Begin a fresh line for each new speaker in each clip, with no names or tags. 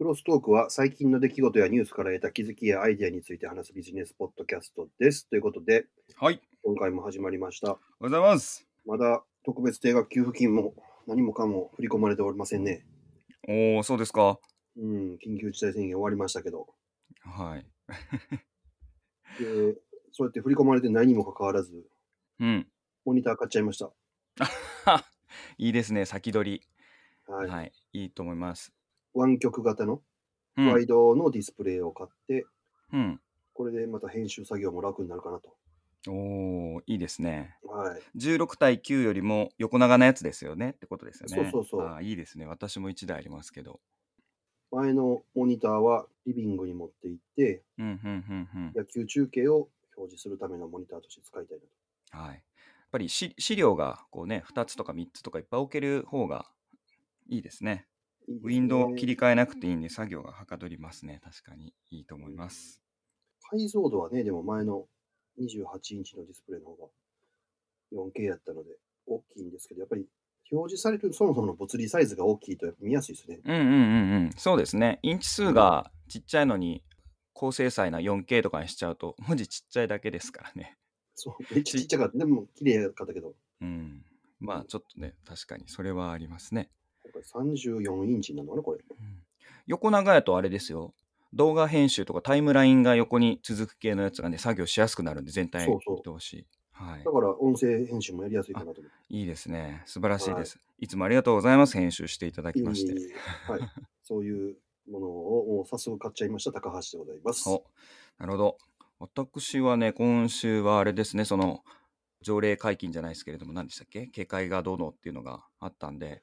ロストークは最近の出来事やニュースから得た気づきやアイデアについて話すビジネスポッドキャストです。ということで、
はい、
今回も始まりました。
おはようございます。
まだ特別定額給付金も何もかも振り込まれておりませんね。
おお、そうですか。
うん、緊急事態宣言終わりましたけど。
はい。
でそうやって振り込まれてないにもかかわらず、
うん。
モニター買っちゃいました。
いいですね、先取
は
り。
い。
はい、いいと思います。
湾曲型の
う
ワイ
ん。
ドのディスプレイを買って、
うん、
これでまた編集作業も楽になるかなと。
おお、いいですね。
はい。
16対9よりも横長なやつですよねってことですよね。
そうそうそう
あーいいですね。私も1台ありますけど。
前のモニターはリビングに持って行って、
うん、うん、うん、
野球中継を表示するためのモニターとして使いたいなと。
うん。はい。やっぱりし資料がこうね、2つとか3つとかいっぱい置ける方がいいですね。
いいです
ウ
ね
ィンドウを切り替えなくていいんで、作業がはかどりますね。確かにいいと思います。
解像度はね、でも前の28インチのディスプレイの方が 4K やったので大きいんですけど、やっぱり表示されるそもそもの物理サイズが大きいとやっぱ見やすいですね。
うんうんうんうん。そうですね。インチ数がちっちゃいのに、高精細な 4K とかにしちゃうと、文字ちっちゃいだけですからね。
そう、めっちゃちっちゃかった。でも綺麗かったけど、
うん。まあちょっとね、確かにそれはありますね。
今回34インチなのかな、これ。
うん横長やとあれですよ。動画編集とかタイムラインが横に続く系のやつがね、作業しやすくなるんで、全体
そう
見
そう
通し。はい
だ。から音声編集もやりやすいかなと思って。
いいですね。素晴らしいです。いつもありがとうございます。編集していただきまして。
いえいえいえはい。そういうものをもう早速買っちゃいました、高橋でございます。
おなるほど。私はね、今週はあれですね、その条例解禁じゃないですけれども、何でしたっけ警戒がどうのっていうのがあったんで、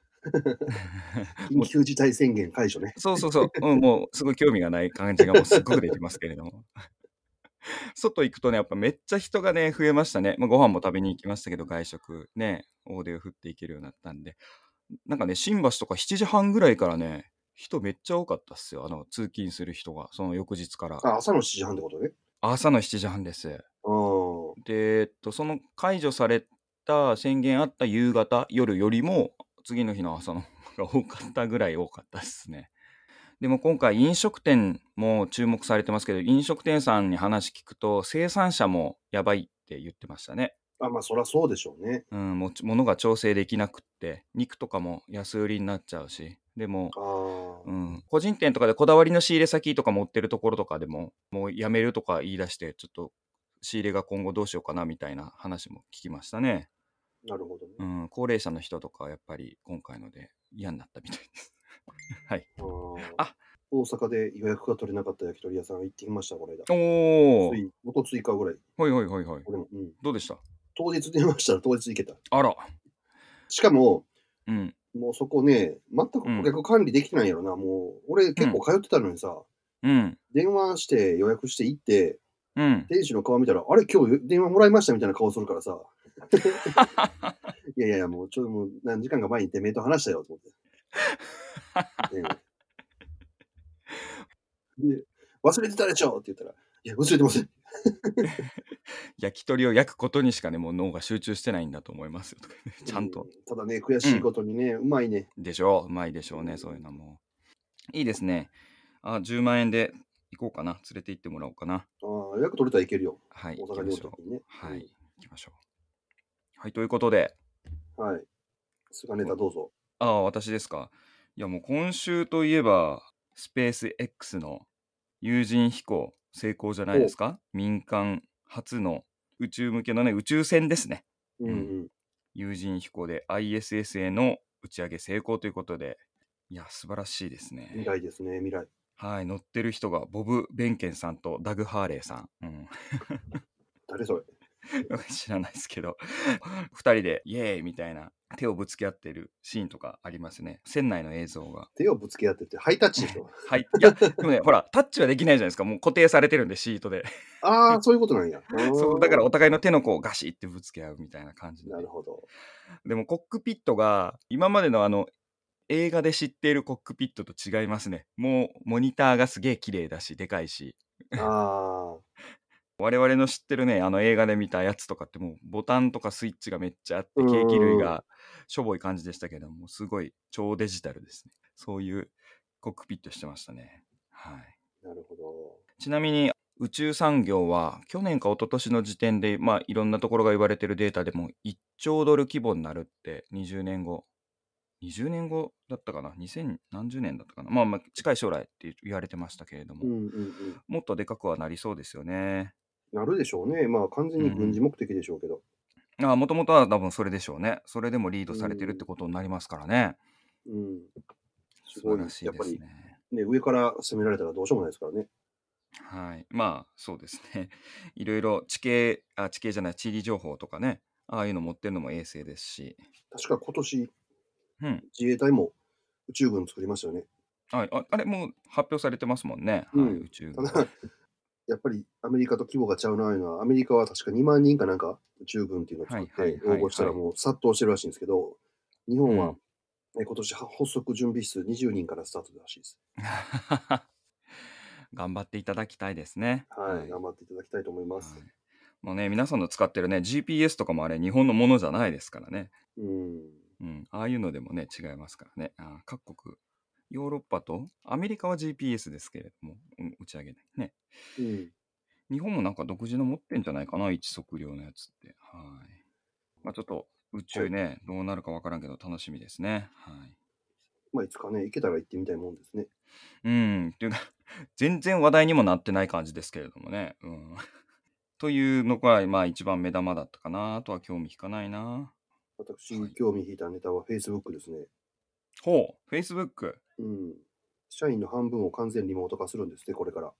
も
緊急事態宣言解除ね。
うそうそうそう、うん、もうすごい興味がない感じがもうすごくできますけれども。 外行くとね、やっぱめっちゃ人がね、増えましたね。まあ、ご飯も食べに行きましたけど、外食ね、大手を振っていけるようになったんで、なんかね、新橋とか7時半ぐらいからね、人めっちゃ多かったっすよ。あの、通勤する人が、その翌日から。
あ、朝の7時半ってことね。
朝の7時半です。
あー
で、えっと、その解除された宣言あった夕方、夜よりも、次の日の朝の方が多 かったぐらい多かったですね。でも今回飲食店も注目されてますけど、飲食店さんに話聞くと、生産者もやばいって言ってましたね。
あ。まあ、そりゃそうでしょうね。
うん、もち物が調整できなくって、肉とかも安売りになっちゃうし、でも、
ああ。
うん、個人店とかでこだわりの仕入れ先とか持ってるところとかでももうやめるとか言い出してちょっと仕入れが今後どうしようかなみたいな話も聞きましたね、
なるほどね。
うん、高齢者の人とかはやっぱり今回ので嫌になったみたい ですはい
あー
あ
大阪で予約が取れなかった焼き鳥屋さん行ってきました、この間。
おお
つい、おとついかぐらい。
ほいほいほいほい
俺も、うん。
どうでした
当日電話したら当日行けた。
あら
しかも、
うん
もうそこね、全く顧客管理できてないんやろな。もう、俺結構通ってたのにさ、
うん
電話して予約して行って、
うん
店主の顔見たら、あれ、今日電話もらいましたみたいな顔するからさ。いやいやいや、もうちょっともう何時間か前にてめえと話したよと思って。電話で忘れてたでしょって言ったら、いや、忘れてません。
焼き鳥を焼くことにしかねもう脳が集中してないんだと思いますよとかねちゃんと
う。ただね、悔しいことにね、うまいね。
でしょう。うまいでしょうね、そういうのも。いいですね。あ、10万円で行こうかな。連れて行ってもらおうかな。
ああ、予約取れたらいけるよ。
はい、
大
行き
阪
ま
にお
し
ると
ょ
き
う。
にね。
はい、行きましょう。はい、ということで、
うん。はい。菅ネタどうぞ。
ああ、私ですか。いや、もう今週といえば、スペース X の有人飛行成功じゃないですか。民間初の宇宙向けのね、宇宙船ですね。
うん
ん
うん。
有人飛行で ISS への打ち上げ成功ということで、いや、素晴らしいですね。
未来ですね、未来。
はい、乗ってる人がボブ・ベンケンさんとダグ・ハーレーさん。うん、
誰それ。
知らないですけど、2人でイエーイみたいな手をぶつけ合ってるシーンとかありますね。船内の映像が。
手をぶつけ合ってて、ハイタッチでしょ。
はい、いや、でもね、ほら、タッチはできないじゃないですか。もう固定されてるんで、シートで。
ああ、そういうことなんや。
そうだからお互いの手の甲をガシってぶつけ合うみたいな感じで
な。るほど。
でもコックピットが、今までのあの、映画で知っているコックピットと違いますね。もうモニターがすげえ綺麗だし、でかいし。
あ
我々の知ってるねあの映画で見たやつとかってもうボタンとかスイッチがめっちゃあってケ
うん
ーキ類がしょぼい感じでしたけどもすごい超デジタルですねそういうコックピットしてましたね。はい、
なるほど。
ちなみに宇宙産業は去年か一昨年の時点で、まあ、いろんなところが言われてるデータでも1兆ドル規模になるって20年後20年後だったかな2000何十年だったかな、まあ、まあ近い将来って言われてましたけれども、
うんうんうん。
もっとでかくはなりそうですよね。
なるでしょうね。まあ、完全に軍事目的でしょうけど。
もともとは多分それでしょうね。それでもリードされてるってことになりますからね。
うん。す
素
ごい
晴らしいですね。
ね、上から攻められたらどうしようもないですからね。
はい。まあ、そうですね。 いろいろ地形、あ、地形じゃない、地理情報とかね、ああいうの持ってるのも衛星ですし。
確か今年、
うん。
自衛隊も宇宙軍作りましたよね。
はい、ああれ、もう発表されてますもんね。
うん
はい、宇宙
た
軍。
だ、やっぱりアメリカと規模がちゃうなあいうのは、アメリカは確か2万人かなんか宇宙軍っていうのを作っ
はいはい
て
はいは
応募
い
したらもう殺到してるらしいんですけど、日
う
本は
ん、
ね今年発足準備室20人からスタートらしいです。
頑張っていただきたいですね。
はい、頑張っていただきたいと思います
は。いもうね、皆さんの使ってるね、GPS とかもあれ、日本のものじゃないですからね。
うん。
うん、ああいうのでもね、違いますからね。あー各国、ヨーロッパとアメリカは GPS ですけれども、うん打ち上げないね。
うん。
日本もなんか独自の持ってんじゃないかな、一測量のやつって。はい。まあ、ちょっと宇宙ね、どうなるかわからんけど楽しみですね。はい。
まあ、いつかね、行けたら行ってみたいもんですね。
うん、っていうか、全然話題にもなってない感じですけれどもね。うん。 というのが、まあ一番目玉だったかな。あとは興味引かないな。
私、
はい
興味引いたネタは Facebook ですね。
ほう、Facebook。
うん。社員の半分を完全リモート化するんですね、これか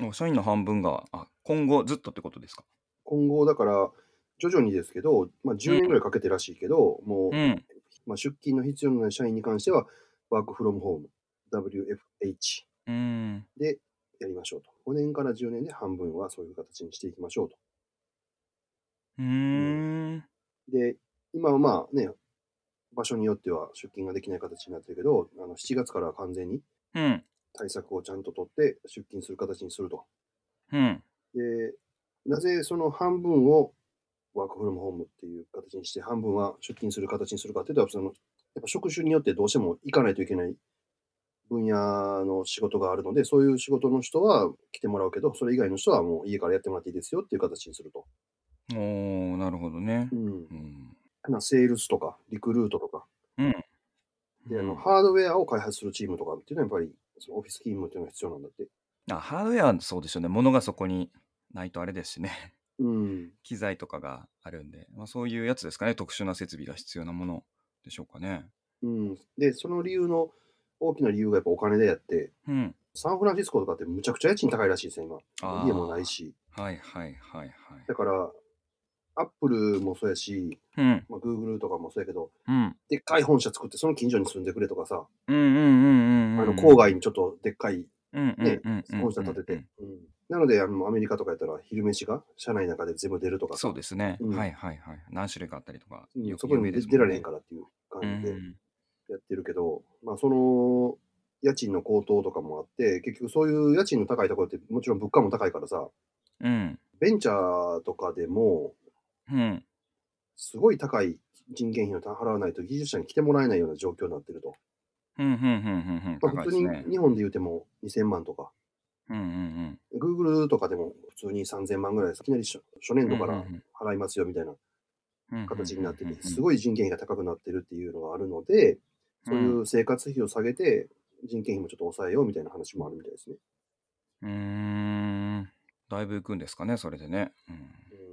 ら。
お社員の半分が、あ、今後ずっとってことですか。
今後、だから、徐々にですけど、まあ、10年ぐらいかけてらしいけど、もう、
うん。
まあ、出勤の必要のない社員に関しては、ワークフロムホーム、WFH
うん。
でやりましょうと。5年から10年で半分はそういう形にしていきましょうと。
うーん。
で、今はまあね、場所によっては出勤ができない形になってるけど、あの7月からは完全に
うん。
対策をちゃんと取って出勤する形にすると。
うん。
で、なぜその半分をワークフロムホームっていう形にして、半分は出勤する形にするかっていうと、そのやっぱ職種によってどうしても行かないといけない分野の仕事があるので、そういう仕事の人は来てもらうけど、それ以外の人はもう家からやってもらっていいですよっていう形にすると。
おー、なるほどね
う。ん
う。ん。
まあセールスとか、リクルートとか、
うん。
であ
う
の
ん
ハードウェアを開発するチームとかっていうのはやっぱり、そのオフィス勤務っていうのが必要なんだって。
あハードウェアはそうでしょうね。物がそこにないとあれですしね。
うん。
機材とかがあるんで、まあ、そういうやつですかね。特殊な設備が必要なものでしょうかね。
うん。で、その理由の、大きな理由がやっぱお金でやって、
うん。
サンフランシスコとかってむちゃくちゃ家賃高いらしいですね、
あ
今。
ー
家もないし。
はいはいはいはい。
だから、アップルもそうやし、
うん。
まあ、Google とかもそうやけど、
うん。
でっかい本社作って、その近所に住んでくれとかさ、
うんうんうんうんうん。
あの郊外にちょっとでっかい、
うんうん
ね
うんうん
本社建てて。うんなのであの、アメリカとかやったら昼飯が社内の中で全部出るとかさ
そうですね、
うん
はいはいはい。何種類かあったりとか。
うん
よく
そこに
有名
も
で
です
もん
出
ね
られへんからっていう感じでやってるけど、まあ、その家賃の高騰とかもあって、結局そういう家賃の高いところって、もちろん物価も高いからさ、
うん。
ベンチャーとかでも、
うん。うん。
すごい高い人件費を払わないと技術者に来てもらえないような状況になってると。
うんうんうんうんうん。
まあ
高
普
いで
通
す
に
ね。
日本で言うても2000万とか、
うんうんうん。
Google とかでも普通に3000万ぐらいです。いきなり初初年度か
うん
ら
うんうん
払いますよみたいな形になってて、す
い。
ごい人件費が高くなってるっていうのがあるので、そういう生活費を下げて、人件費もちょっと抑えようみたいな話もあるみたいですね。
うーん。だいぶ行くんですかね、それでね。うん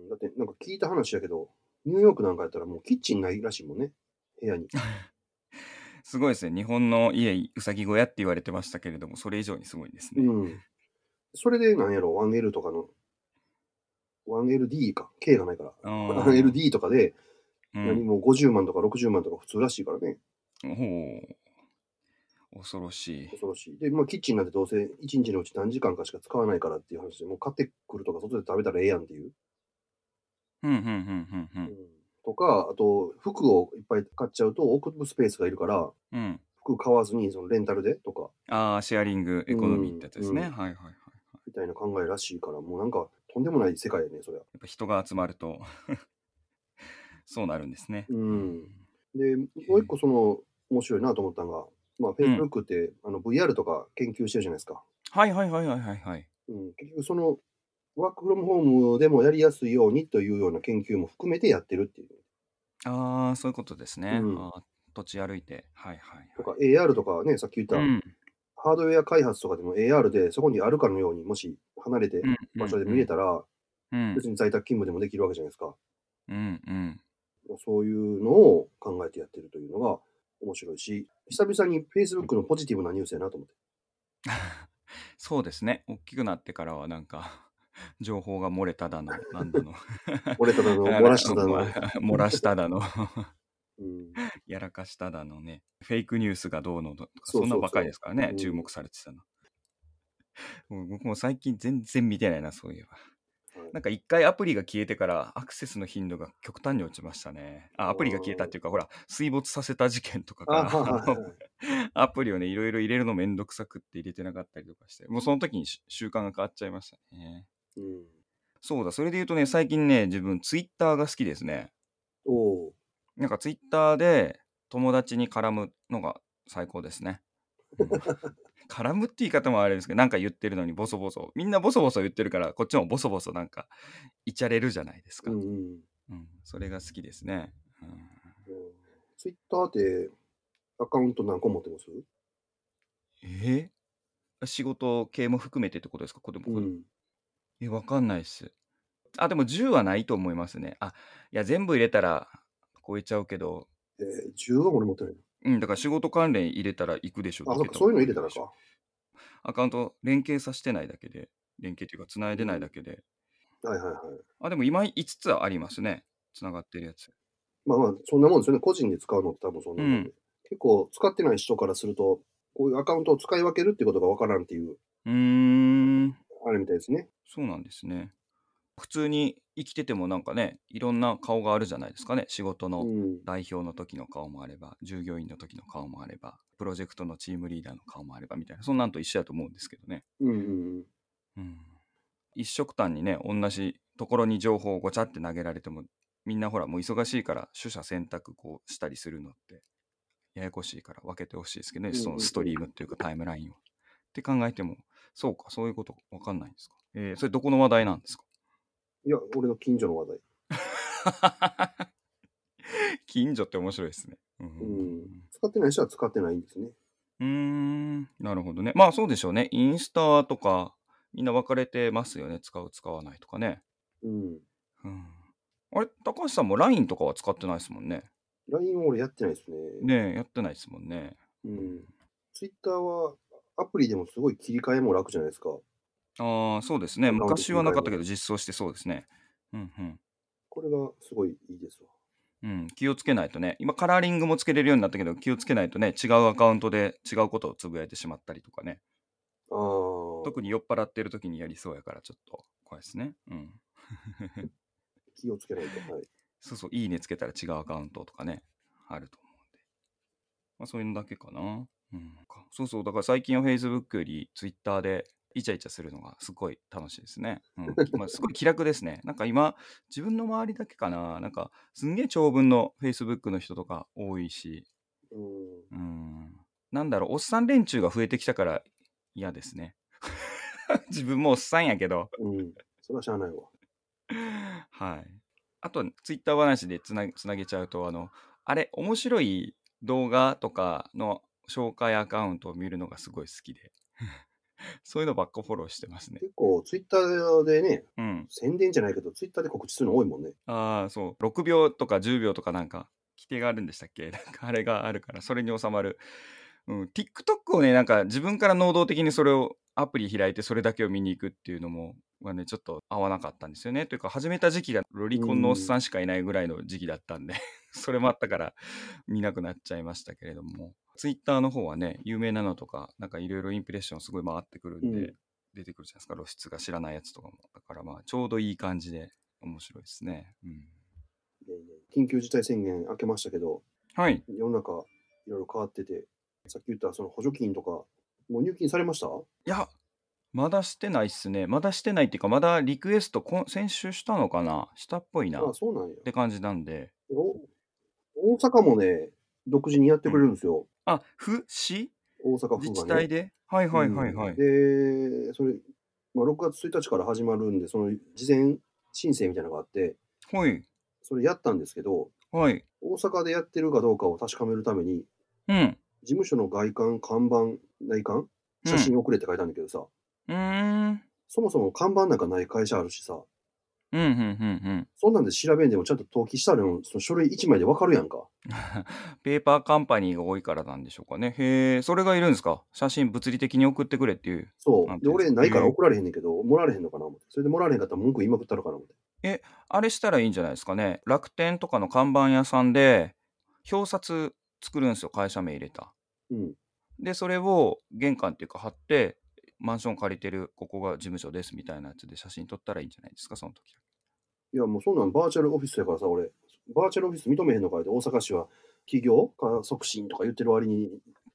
うん、だってなんか聞いた話やけど、ニューヨークなんかやったらもうキッチンないらしいもんね、部 屋に。
すごいですね。日本の家、うさぎ小屋って言われてましたけれども、それ以上にすごいですね。
うん。それでなんやろ、1L とかの、1LD か、K がないから。
あー
1LD とかで、
うん
何も50万とか60万とか普通らしいからね、
ほう。恐ろしい。
恐ろしい。で、まあ、キッチンなんてどうせ1日のうち何時間かしか使わないからっていう話で、もう買ってくるとか、外で食べたらええやんっていう。
うんうんうんう
うんんとか、あと、服をいっぱい買っちゃうと、置くスペースがいるから、
うん。うん。
服買わずにそのレンタルでとか、
ああ、シェアリングエコノミーってやつですね。
うん
はいはいはい。
みたいな考えらしいから、もうなんか、とんでもない世界やね、そりゃ。
やっぱ人が集まると そうなるんですね。
うんで、もう一個その、面白いなと思ったのが、まあ、Facebook って、あの VR とか研究してるじゃないですか。
はいはいはいはいはいはい。
うん、結局、その、ワークフロムホームでもやりやすいようにというような研究も含めてやってるっていう。
ああ、そういうことですね。
うん
あー土地歩いて。はいはいはい。
とか、AR とかね、さっき言った、
うん
ハードウェア開発とかでも AR で、そこにあるかのように、もし離れて
うん
場所で見れたら、
うん
別に在宅勤務でもできるわけじゃないですか。
うんうん。
そういうのを考えてやってるというのが面白いし、久々に Facebook のポジティブなニュースやなと思って。
そうですね。大きくなってからはなんか 情報が漏れただの、なんだの。
俺ただの、 漏らしただの。
漏らしただの。
うん
やらかしただのね、フェイクニュースがどうのとか、
そうそうそう
そんなばかりですからね、
うん
注目されてたの。 もう僕も最近全然見てないな、そういえば。
はい
なんか一回アプリが消えてからアクセスの頻度が極端に落ちましたね。あ、アプリが消えたっていうか、ほら、水没させた事件とか
あ
から、
はいはいはい
アプリをね、いろいろ入れるのめんどくさくって入れてなかったりとかして、もうその時にし習慣が変わっちゃいましたね。
うん
そうだ、それで言うとね、最近ね、自分、ツイッターが好きですね。
おお
なんかツイッターで友達に絡むのが最高ですね。うん 絡むって言い方もあれですけど、なんか言ってるのにボソボソ。みんなボソボソ言ってるから、こっちもボソボソなんか、いちゃれるじゃないです
う
か。
ん
う。
うんん。
それが好きですね。うん、
ツイッターってアカウント何個持ってます
え仕事系も含めてってことですかこれも、これ
ん。
え、わかんないっす。あ、でも10はないと思いますね。あ、いや、全部入れたら超えちゃうけど、
えー、10は俺持ってない。
うん、だから仕事関連入れたら行くでしょ
あ、そっ
どけ
か、
た
そういうの
も
入れたら
でしょ
か。
アカウント連携させてないだけで、連携というか、つないでないだけで。
はいはいはい。
あ、でも今5つはありますね。つながってるやつ。
まあまあ、そんなもんですよね。個人で使うのって多分そんなもんで。
う
結構、使ってない人からすると、こういうアカウントを使い分けるってことがわからんっていう、
うーん、
あれみたいですね。
そうなんですね。普通に生きててもなんかね、いろんな顔があるじゃないですかね。仕事
う
の
ん。
代表の時の顔もあれば、従業員の時の顔もあれば、プロジェクトのチームリーダーの顔もあればみたいな、そんなんと一緒だと思うんですけどね。
うんうん
うん、一色単にね同じところに情報をごちゃって投げられてもみんなほらもう忙しいから取捨選択こうしたりするのってややこしいから分けてほしいですけど
うん
ね
うん
そのストリームっていうかタイムラインを。って考えてもそうかそういうこと分かんないんですか。えーそれどこの話題なんですか
うん。いや、俺の近所の話題。
近所って面白いですね。うん
うん使ってない人は使ってないんですね。
うーんなるほどね。まあそうでしょうね。インスタとかみんな分かれてますよね。使う使わないとかね。
うん。
うんあれ、高橋さんも LINE とかは使ってないですもんね。
LINE は俺やってないですね。
ねえ、やってないですもんね。
うん。Twitter は、アプリでもすごい切り替えも楽じゃないですか。
ああ、そうですね。
んなこと
昔はなかったけど、実装してそうですね。うんうん。
これがすごいいいですわ。
うん、気をつけないとね、今カラーリングもつけれるようになったけど、気をつけないとね、違うアカウントで違うことをつぶやいてしまったりとかね、
あー
特に酔っ払ってる時にやりそうやから、ちょっと怖いですね。うん。
気をつけないと。はい。
そうそう、いいねつけたら違うアカウントとかね、あると思うんで。まあ、そういうのだけかな。うん、かそうそう、だから最近は Facebook より Twitter でイチャイチャするのがすごい楽しいですね。うん、ま あすごい気楽ですね。なんか今、自分の周りだけかな。なんか、すんげえ長文の Facebook の人とか多いし、
うん。
うん、なんだろう、おっさん連中が増えてきたから嫌ですね。 自分もおっさんやけど。
うん。それはしゃあないわ。
はい。あと、ツイッター話でつなつなげちゃうと、あの、あれ、面白い動画とかの紹介アカウントを見るのがすごい好きで、 そういうのばっかフォローしてますね。
結構、ツイッターでね、
うん。
宣伝じゃないけど、ツイッターで告知するの多いもんね。
ああ、そう、6秒とか10秒とかなんか、規定があるんでしたっけ なんかあれがあるから、それに収まる。うん、TikTok をね、なんか自分から能動的にそれをアプリ開いてそれだけを見に行くっていうのも、はね、ちょっと合わなかったんですよね。というか、始めた時期がロリコンのおっさんしかいないぐらいの時期だったんで、 それもあったから見なくなっちゃいましたけれども、Twitter の方はね、有名なのとか、なんかいろいろインプレッションすごい回ってくるんで、
うん
出てくるじゃないですか、露出が知らないやつとかも。だからまあ、ちょうどいい感じで面白いですね。うん、
いやいや緊急事態宣言明けましたけど、
はい。
世の中、いろいろ変わってて、さっき言ったその補助金とか、もう入金されました
いや、まだしてないっすね。まだしてないっていうか、まだリクエストこん先週したのかなしたっぽいな。
あ
っ
そうなんや
て感じなんで。
お大阪もね、独自にやってくれるんですよ。
あ、府市
大阪府
自
が
治
ね。
体ではいはいはいは
う
い。
んで、それ、まあ、6月1日から始まるんで、その事前申請みたいなのがあって、
はい。
それやったんですけど、
はい。
大阪でやってるかどうかを確かめるために、
うん。
事務所の外観、看板、内観、
うん
写真送れって書いたんだけどさ、
うーん。
そもそも看板なんかない会社あるしさ、
うん、うん、うん、
そんなんで調べんでもちゃんと登記したらの、その書類1枚でわかるやんか。
うん。ペーパーカンパニーが多いからなんでしょうかね。へえ、それがいるんですか写真物理的に送ってくれっていう。
そ
なん
う。
てい
で、
うんで
俺
すか
ないから
へえ
送られへんねんけど、もらわれへんのかな思って。それでもらわれへんかったら文句言いまくったのかな思って。
あれしたらいいんじゃないですかね。楽天とかの看板屋さんで、表札作るんですよ。会社名入れた。
うん。
で、それを玄関っていうか貼って、マンション借りてる、ここが事務所ですみたいなやつで写真撮ったらいいんじゃないですか、その時は。
いや、もうそんなんバーチャルオフィスやからさ、俺、バーチャルオフィス認めへんのかいって、大阪市は企業化促進とか言ってる割に、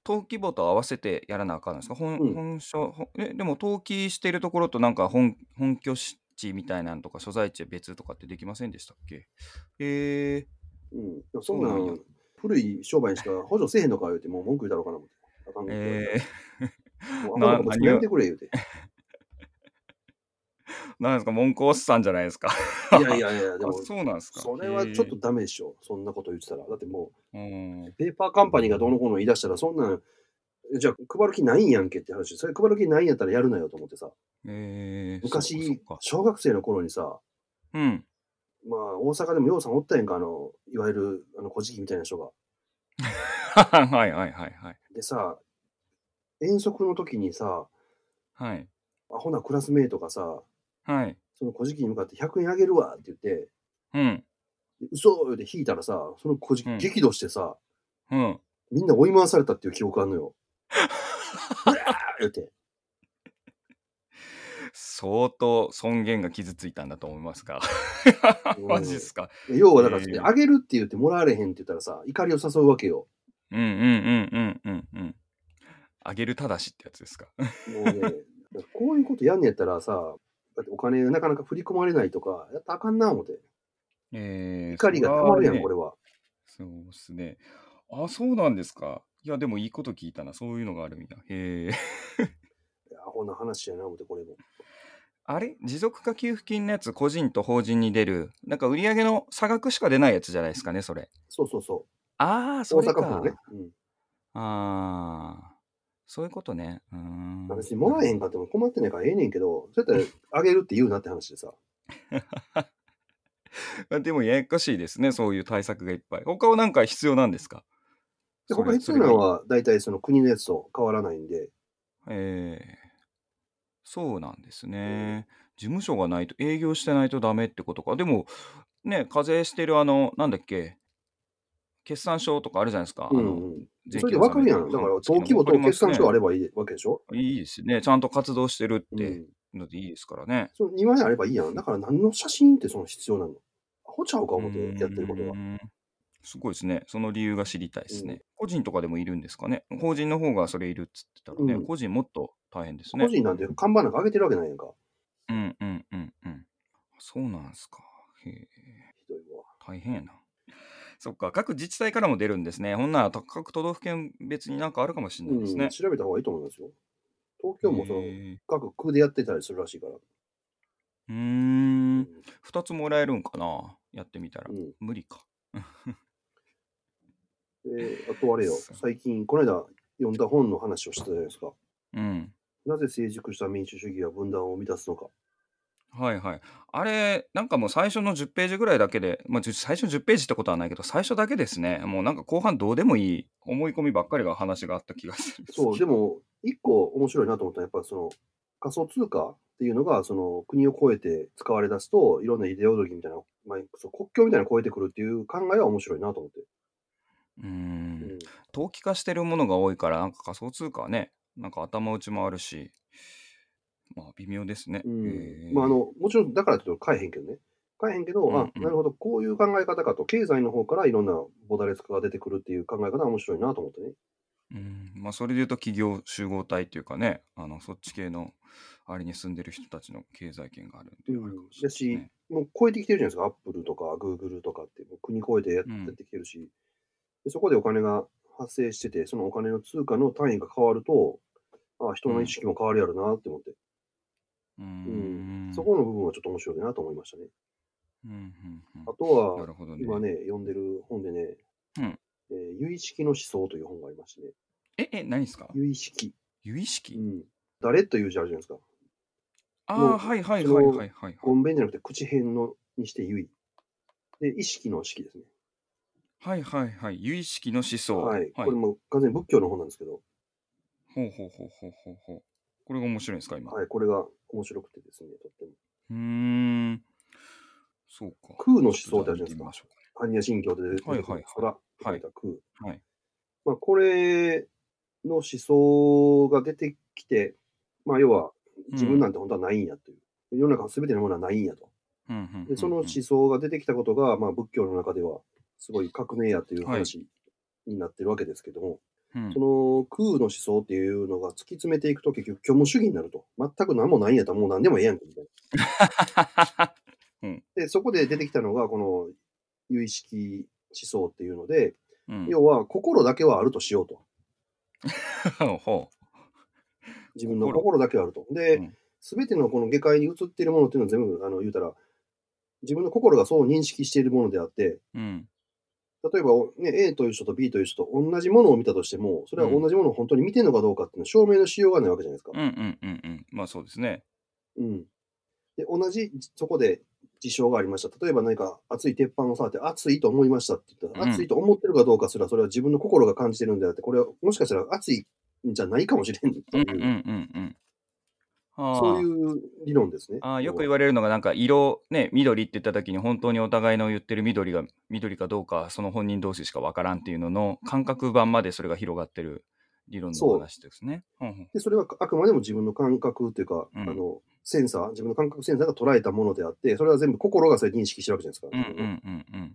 登記簿と合わせてやらなあかんんですか本、
うん
本所ほえ、でも登記してるところとなんか本本拠地みたいなのとか所在地別とかってできませんでしたっけえー、
うん、そんな
そうなん
ん
や
古い商売にしか補助せえへんのか言うて、もう文句言うたろうかな思って。あかん
え
ー、もう
な
あんなこと
何を
やめてくれ 言うて。
ー、 なんですか文句おっさんじゃないですか。
いやいやいや、でも
あ、 そうなんですか。
それはちょっとダメでしょ。そんなこと言ってたら。だっても
へー、うん
う、ペーパーカンパニーがどうのこうの言い出したら、そんなん、じゃあ配る気ないんやんけって話。それ配る気ないんやったらやるなよと思ってさ。
えー、そっ
昔
かそっ、か
小学生の頃にさ、
うん。
まあ、大阪でもようさんおったやんか、あの、いわゆる、あの、小じきみたいな人が。
はいはいはいはい。
でさ、遠足の時にさ、
はい。
アホなクラスメイトがさ、
はい。
その小じきに向かって100円あげるわって言って、
うん。
で嘘言うて引いたらさ、その小じ
うん
き激怒してさ、
うん。
みんな追い回されたっていう記憶あんのよ。うわー言うて。
相当尊厳が傷ついたんだと思いますが
うん
マジっすか
で要はだから、
えー
あげるって言ってもらわれへんって言ったらさ、怒りを誘うわけよ。
うんうんうんうんうんうんあげるただしってやつですか
も うね、だからこういうことやんねやったらさ、だってお金がなかなか振り込まれないとか、やったらあかんな思って。
えー
怒りが溜まるやん、こ
れ
れは。
そうっすねあそうなんですかいやでもいいこと聞いたなそういうのがあるみたいへえ
いやアホな話やな思って、これも。
あれ持続化給付金のやつ個人と法人に出るなんか売り上げの差額しか出ないやつじゃないですかねそれ
そうそうそ。
ああそう
大
れか
阪府のね。うん
ああそういうことねうーん
まあ別にもらえへんかっても困ってないからええねんけど、そうやったらあげるって言うなって話でさ。
あ でもややこしいですね、そういう対策がいっぱい。他はなんか必要なんですか
で、
そ
他
れ
必要なのは大体その国のやつと変わらないんで、
ええそうなんですね。事務所がないと、営業してないとダメってことか。でも、ね、課税してるあの、なんだっけ、決算書とかあるじゃないですか。
うん
あ
う
の
ん、
税
それで
金納
分
め
かるやん。だから、登記簿と決算書あればいいわけでしょ。
いいですね。ちゃんと活動してるっ
う
て
ん、
のでいいですからね。
その2枚あればいいやん。だから何の写真ってその必要なのアホちゃうか思ってやってること
う
は
ー。んすごいですね。その理由が知りたいですね。
うん
個人とかでもいるんですかね。法人の方がそれいるっつってたらね、
うん
個人もっと大変ですね。
個人なんて看板なんか上げてるわけないやんか。
うんうんうんうん。そうなんすか。へえ、
ひどいわ。
大変やな。そっか、各自治体からも出るんですね。ほんなら各都道府県別になんかあるかもしれないです
う
ね
ん、。調べた方がいいと思いますよ。東京もその
へえ
各区でやってたりするらしいから。
うー、
うんん
2つもらえるんかな。やってみたら。
うん
無理か。
であとあれよ
そう、
最近、この間読んだ本の話をしてたじゃないですか。
うん。
なぜ成熟した民主主義は分断を生み出すのか。
はいはい。あれ、なんかもう最初の10ページぐらいだけで、まあ、じゅ最初の10ページってことはないけど、最初だけですね。もうなんか後半どうでもいい思い込みばっかりが話があった気がする。
そう、でも、一個面白いなと思ったのは、やっぱその仮想通貨っていうのが、その国を越えて使われ出すと、いろんなイデオロギーみたいな、まあ、そう国境みたいなのを越えてくるっていう考えは面白いなと思って。
うー
うんん
投機化してるものが多いから、なんか仮想通貨はね、なんか頭打ちもあるし、まあ微妙ですね。
うん
へー
まあ、あのもちろん、だからって言うと変えへんけどね。変えへんけど、
うん
あ
うん
なるほど、こういう考え方かと、経済の方からいろんなボダレス化が出てくるっていう考え方は面白いなと思ってね。
うんまあ、それで言うと企業集合体っていうかね、あのそっち系のあれに住んでる人たちの経済圏があるんで、
うん
あるかもしれないですね
もう超えてきてるじゃないですか、アップルとかグーグルとかって、もう国超えてや
うん
やってきてるし、でそこでお金が発生してて、そのお金の通貨の単位が変わると、ああ人の意識も変わるやろなって思って、
う
うん
ん
そこの部分はちょっと面白いなと思いましたね。
うんうんうん
あと
な
は、
るほどね。
今ね、読んでる本でね、
うん
えー有意識の思想という本がありましてね、
え、え、何ですか
有意識。
有意
う
識、
ん、誰という字あるじゃないですか。
あ
もう
あ、はいはいはいはいはい。
ごんべんじゃなくて、口辺のにして有意。で、意識の式ですね。
はいはいはい。有意識の思想。
はい。
はい、
これもう完全に仏教の本なんですけど、
ほうほうほうほうほうほう。これが面白いんですか、今。
はい、これが面白くてですね、とっても。
うーん。そうか。
空の思想ってあるじゃないですか
ちょと見みましょう
般若心経で出てく
はい
る
はいはい
空、空、空。
かはい。
まあ、これの思想が出てきて、まあ、要は自分なんて本当はないんやという。世の中すべてのものはないんやと。
うんうんうんうん
で、その思想が出てきたことが、まあ、仏教の中ではすごい革命やという話になってるわけですけども、
うん
その空の思想っていうのが突き詰めていくと結局虚無主義になると。全く何もないんやったらもう何でもええやんけみたいな。で、そこで出てきたのが、この有意識思想っていうので、
うん
要は心だけはあるとしようと。
ほう
自分の心だけはあると。で
うん、
すべ、てのこの下界に映っているものっていうのは全部、あの、言うたら、自分の心がそう認識しているものであって、
うん
例えば、ね、A という人と B という人と同じものを見たとしても、それは同じものを本当に見てるのかどうかっていうのは証明のしようがないわけじゃないですか
う。んうんうんうん。まあそうですね。
うん。で、同じ、そこで事象がありました。例えば何か熱い鉄板を触って、熱いと思いましたって言ったら、
うん
熱いと思ってるかどうかすら、それは自分の心が感じてるんであって、これはもしかしたら熱いんじゃないかもしれんと
う
い
ん
う、
うんうんうん。ああ
そういう理論ですね。
ああよく言
わ
われるのがなんか色ね緑って言った時に本当にお互いの言ってる緑が緑かどうかその本人同士しかわからんっていうのの感覚版までそれが広がってる理論の
そう
話ですね。ほんほん
で、それはあくまでも自分の感覚というか、
うん
あの、センサー、自分の感覚センサーが捉えたものであって、それは全部心がそれ認識してるわけじゃ
うん
ないですか。
うんうんうん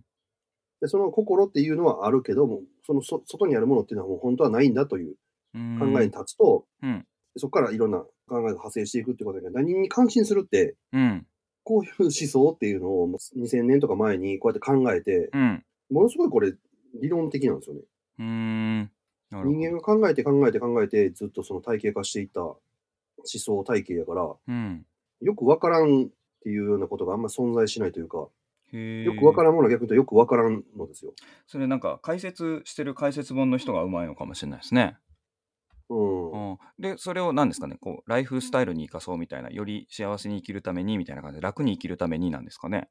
で、その心っていうのはあるけども、そのそ外にあるものっていうのはもう本当はないんだという
うーん
考えに立つと、
うん
そこからいろんな考えが派生していくってことだけど、何に関心するって、
うん
こういう思想っていうのをもう2000年とか前にこうやって考えて、
うん
ものすごいこれ、理論的なんですよね。
うーんなるほど
人間が考えて考えて考えて、ずっとその体系化していった思想体系やから、
うん
よくわからんっていうようなことがあんまり存在しないというか、
へえ
よくわからんものは逆に言うとよくわからんのですよ。
それなんか解説してる解説本の人がうまいのかもしれないですね。
うん。
うん、でそれを何ですかねこうライフスタイルに生かそうみたいなより幸せに生きるためにみたいな感じで楽に生きるためになんですかね。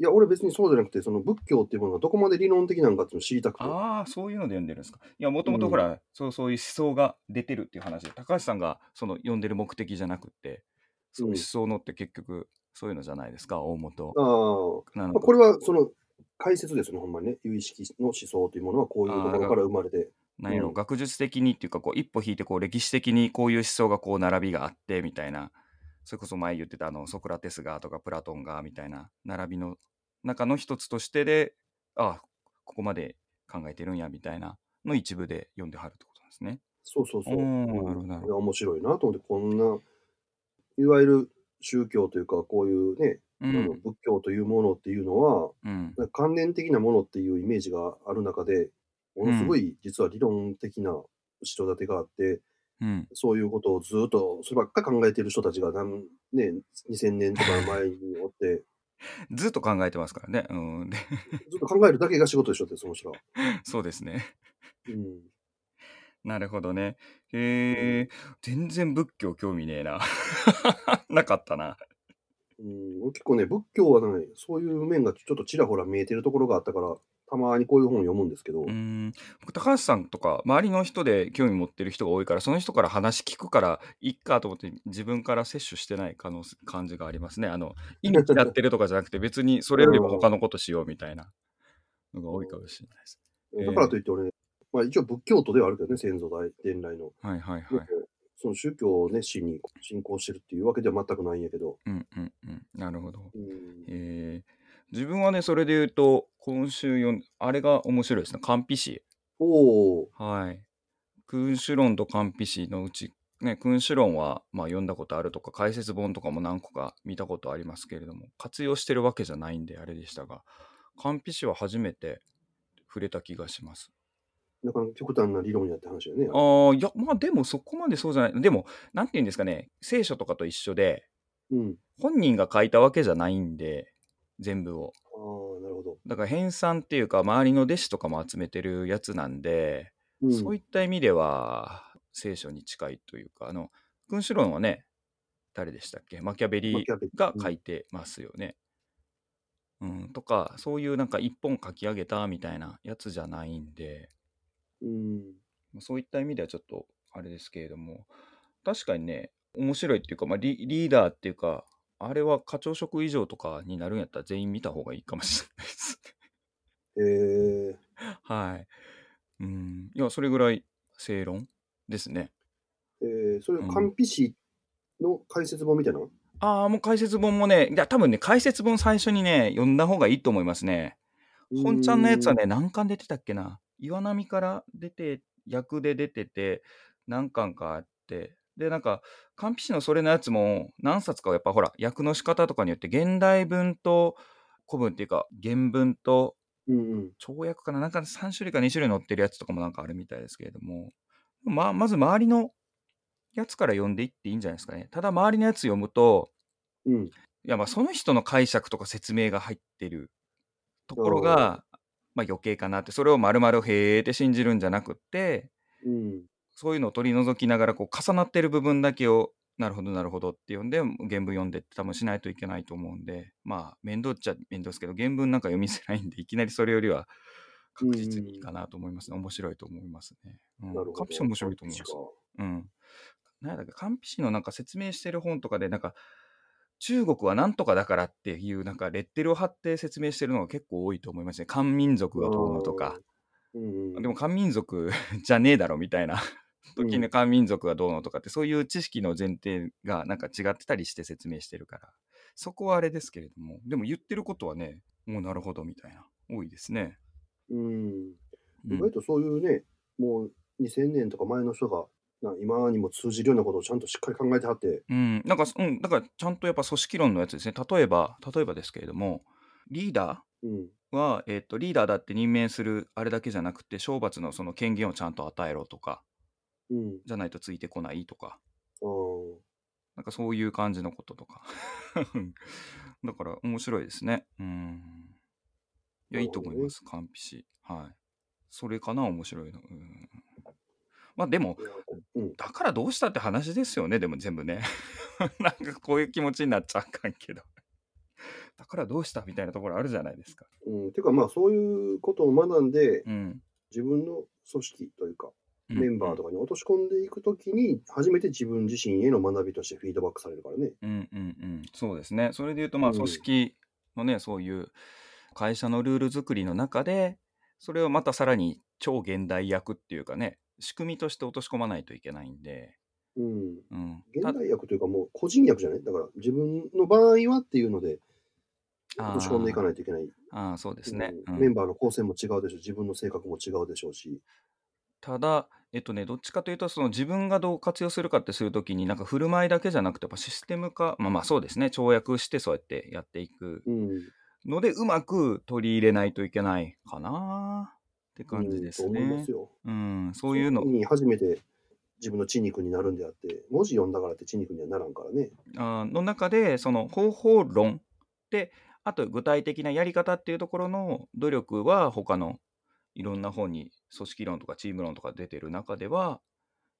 いや、俺別にそうじゃなくて、その仏教っていうものがどこまで理論的なのかっていうのを知りたくて。
ああ、そういうので読んでるんですか。いや、もとも
う
と
ん
ほら、そうそういう思想が出てるっていう話で、高橋さんがその読んでる目的じゃなくって、そういう
うん
思想のって結局、そういうのじゃないですか、大元
あ。ー
な
まあ
の
これはその解説ですね、ほんまにね。有意識の思想というものはこういうところから生まれて。
なんやろ、
うん
学術的にっていうか、こう、一歩引いて、こう、歴史的にこういう思想がこう、並びがあって、みたいな、それこそ前言ってた、あの、ソクラテスがとか、プラトンが、みたいな、並びの中の一つとしてで、ああ、ここまで考えてるんや、みたいな、の一部で読んではるってことなんですね。
そうそうそう。
お
う
ー
ん
なるほどなるほど
いや面白いなと思って、こんな、いわゆる宗教というか、こういうね、
う
あの
ん。
仏教というものっていうのは、
うん。
なんか関連的なものっていうイメージがある中で、ものすごい実は理論的な後ろ盾があって、
うん。
そういうことをずっとそればっか考えてる人たちが何、ね、2000年とか前におって、
ずっと考えてますからね。うん、で
ずっと考えるだけが仕事でしょって、その人ら。
そうですね。
うん、
なるほどね。へえ、全然仏教興味ねえな。 なかったな。
うん、俺結構ね、仏教はね、そういう面がちょっとちらほら見えてるところがあったから、たまにこういう本を読むんですけど、
うん。僕、高橋さんとか、周りの人で興味持ってる人が多いから、その人から話聞くから、いっかと思って、自分から摂取してない可能性感じがありますね。あの、意味嫌ってるとかじゃなくて、別にそれよりも他のことしようみたいなのが多いかもしれないです。ええ
だからといって俺、ね、まあ一応仏教徒ではあるけどね、先祖代伝来の。
はいはいはい。
その宗教を熱心に信仰してるっていうわけでは全くないんやけど、
うんうんうん。なるほど。
うん、
えー自分はね、それで言うと、今週読んあれが面白いですね。完備詩。
おー
はい。君主論と完備詩のうち、ね、君主論は、まあ、読んだことあるとか、解説本とかも何個か見たことありますけれども、活用してるわけじゃないんで、あれでしたが、完備詩は初めて触れた気がします。
なかなか極端な理論やって話だよね。
ああ、いや、まあでもそこまでそうじゃない。でも、なんて言うんですかね、聖書とかと一緒で、
うん。
本人が書いたわけじゃないんで、全部を。
ああ、なるほど。
だから編纂っていうか、周りの弟子とかも集めてるやつなんで、
うん、
そういった意味では、聖書に近いというか、あの、君主論はね、誰でしたっけマキャベ
マ
リ
キャベリ
が
うん
書いてますよね。うん、とか、そういうなんか一本書き上げたみたいなやつじゃないんで、
うん。
まあそういった意味ではちょっとあれですけれども確かにね面白いっていうか、まあ、リリーダーっていうかあれは課長職以上とかになるんやったら全員見た方がいいかもしれないです。
えー、
はい。うん。いや、それぐらい正論ですね。
えー、それ、カンピ氏の解説本みたいなの、
ああ、もう解説本もね、いや、多分ね、解説本最初にね、読んだ方がいいと思いますね。本ちゃんのやつはね、何巻出てたっけな岩波から出て、役で出てて、何巻かあって、で、なんか、完璧師のそれのやつも、何冊かはやっぱほら、訳の仕方とかによって、現代文と古文っていうか、原文と
うん。うんうん。
跳躍かな、なんか3種類か2種類載ってるやつとかもなんかあるみたいですけれども、まあ、まず周りのやつから読んでいっていいんじゃないですかね。ただ、周りのやつ読むと、
うん。
いやまあその人の解釈とか説明が入ってるところが、まあ、余計かなってそれを丸々へーって信じるんじゃなくって
うん。
そういうのを取り除きながらこう重なってる部分だけをなるほどなるほどって読んで原文読んでって多分しないといけないと思うんでまあ面倒っちゃ面倒ですけど原文なんか読みづらいんでいきなりそれよりは確実にいいかなと思いますね、面白いと思いますね。うん、
なるほど。
カプション面白いと思います。うん。なんだっけ、カンピ氏のなんか説明してる本とかで、なんか、中国はなんとかだからっていう、なんかレッテルを貼って説明してるのが結構多いと思いますね。漢民族がどうのとか。
うん。うん。
でも、漢民族じゃねえだろみたいな時
うん
に漢民族がどうのとかって、そういう知識の前提がなんか違ってたりして説明してるから、そこはあれですけれども、でも言ってることはね、もうなるほどみたいな、多いですね。
うん。
うん
意外とそういうね、もう2000年とか前の人が、な今にも通じるようなことをちゃんとしっかり考えてはって、
うん、なんか、うん、だからちゃんとやっぱ組織論のやつですね。例えば、例えばですけれども、リーダ
うん。
ーは、えっ、と、リーダーだって任命するあれだけじゃなくて、懲罰のその権限をちゃんと与えろとか、
うん。
じゃないとついてこないとか、
あー
なんかそういう感じのこととか。 だから面白いですね。うん。いや、
なるほどね
いいと思います、完璧し。はい。それかな、面白いの。うん。まあでも、
いやうん。
だからどうしたって話ですよねでも全部ね なんかこういう気持ちになっちゃあかんけどだからどうしたみたいなところあるじゃないですか
うん、ていうかまあそういうことを学んで、
うん、
自分の組織というか、
うん
メンバーとかに落とし込んでいくときに、初めて自分自身への学びとしてフィードバックされるからね。
うんうんうんそうですねそれで言うとまあ
うん
組織のね、そういう会社のルール作りの中でそれをまたさらに超現代役っていうかね仕組みとして落とし込まないといけないんで、
うん。
うん、た
現代役というかもう個人役じゃないだから自分の場合はっていうので、
あー
落とし込んでいかないといけない。
ああそうですね、
う
うんん
メンバーの構成も違うでしょう、自分の性格も違うでしょうし。
ただ、えっとね、どっちかというとその自分がどう活用するかってするときになんか振る舞いだけじゃなくてやっぱシステム化まあまあそうですね跳躍してそうやってやっていく
うん。
のでうまく取り入れないといけないかなって感じです
うんと思いま
ね
す。よ。
うん、そういうの
時に初めて自分の血肉になるんであって、文字読んだからって血肉にはならんからね。
あーの中でその方法論であと具体的なやり方っていうところの努力は他のいろんな本に組織論とかチーム論とか出てる中では、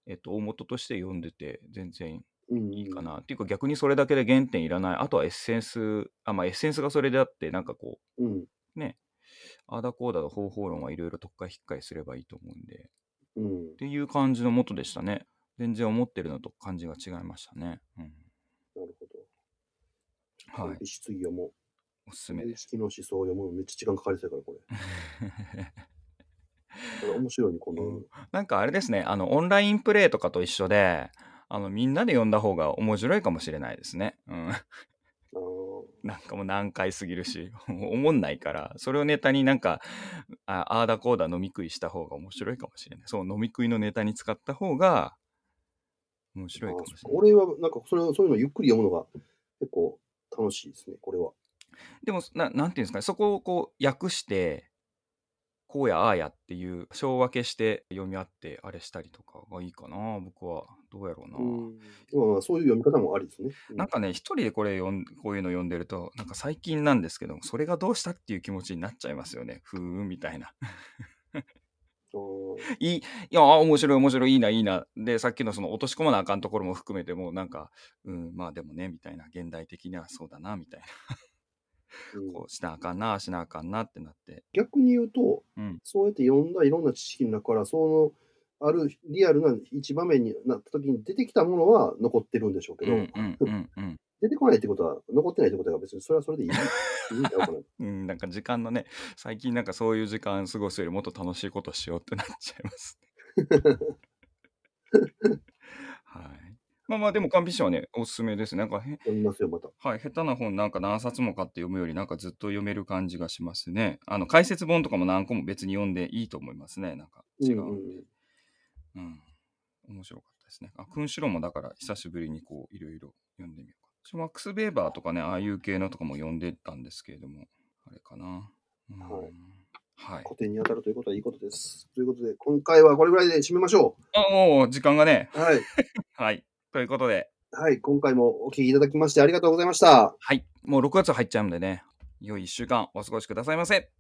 えっと、大元として読んでて全然
うん。
いいか。な、っていうか逆にそれだけで原点いらないあとはエッセンスあまあエッセンスがそれであってなんかこ
うん。
うねあーだこうだの方法論はいろいろ特化引っかえすればいいと思うんで
うん。
っていう感じのもとでしたね全然思ってるのと感じが違いましたね、うん、
なるほど。
はい
歴史次はも
おすす
う、
め
認
です
識の思想を読むのめっちゃ時間かかりそうやから、これ。 これ面白いね、この、
うんなんかあれですねあのオンラインプレイとかと一緒であのみんなで読んだ方が面白いかもしれないですね、うん、
あー
なんかもう難解すぎるし 思んないからそれをネタになんかああーだこうだ飲み食いした方が面白いかもしれないそう飲み食いのネタに使った方が面
あ
白いかも
ー
しれない
俺は、なんかそれ、そういうのゆっくり読むのが結構楽しいですね、これは。
でもななんていうんですかねそこをこう訳してこうやああやっていう小分けして読み合ってあれしたりとかがいいかな僕はどうやろうな、
うんまあまあそういう読み方もありですね。うん
なんかね一人でこれ読んこういうの読んでるとなんか最近なんですけどそれがどうしたっていう気持ちになっちゃいますよねふーんみたいな
おー
いいいやあ面白い面白いいいないいなでさっきのその落とし込まなあかんところも含めてもうなんかうんまあでもねみたいな現代的にはそうだなみたいな
うん
こうしなあかんなしなあかんなってなって
逆に言うと、
うん
そうやって読んだいろんな知識の中から、そのあるリアルな一場面になった時に出てきたものは残ってるんでしょうけ
う
ど、
んうんうんうん
出てこないってことは、残ってないってことは別にそれはそれ でいいいいんだよ、これ。
うん、なんか時間のね、最近なんかそういう時間過ごすよりもっと楽しいことしようってなっちゃいます ね。はい。まあまあでも、カンピシはね、おすすめです。なんかへ、
読みますよ、また。
はい、下手な本なんか何冊も買って読むより、なんかずっと読める感じがしますね。あの、解説本とかも何個も別に読んでいいと思いますね。なんか 違う。
うん
う
うん
ん面白かったですね。あ、君主論もだから久しぶりにこう、いろいろ読んでみようか。私マックス・ベーバーとかね、ああいう系のとかも読んでたんですけれども、あれかな。うん
はい
はい。
古典に当たるということはいいことです。ということで、今回はこれぐらいで締めましょ
あ、もう時間がね。
う。はい。
はい。ということで、
はい、今回もお聞きいただきましてありがとうございました。
はい。もう6月入っちゃうんでね、良い1週間お過ごしくださいませ。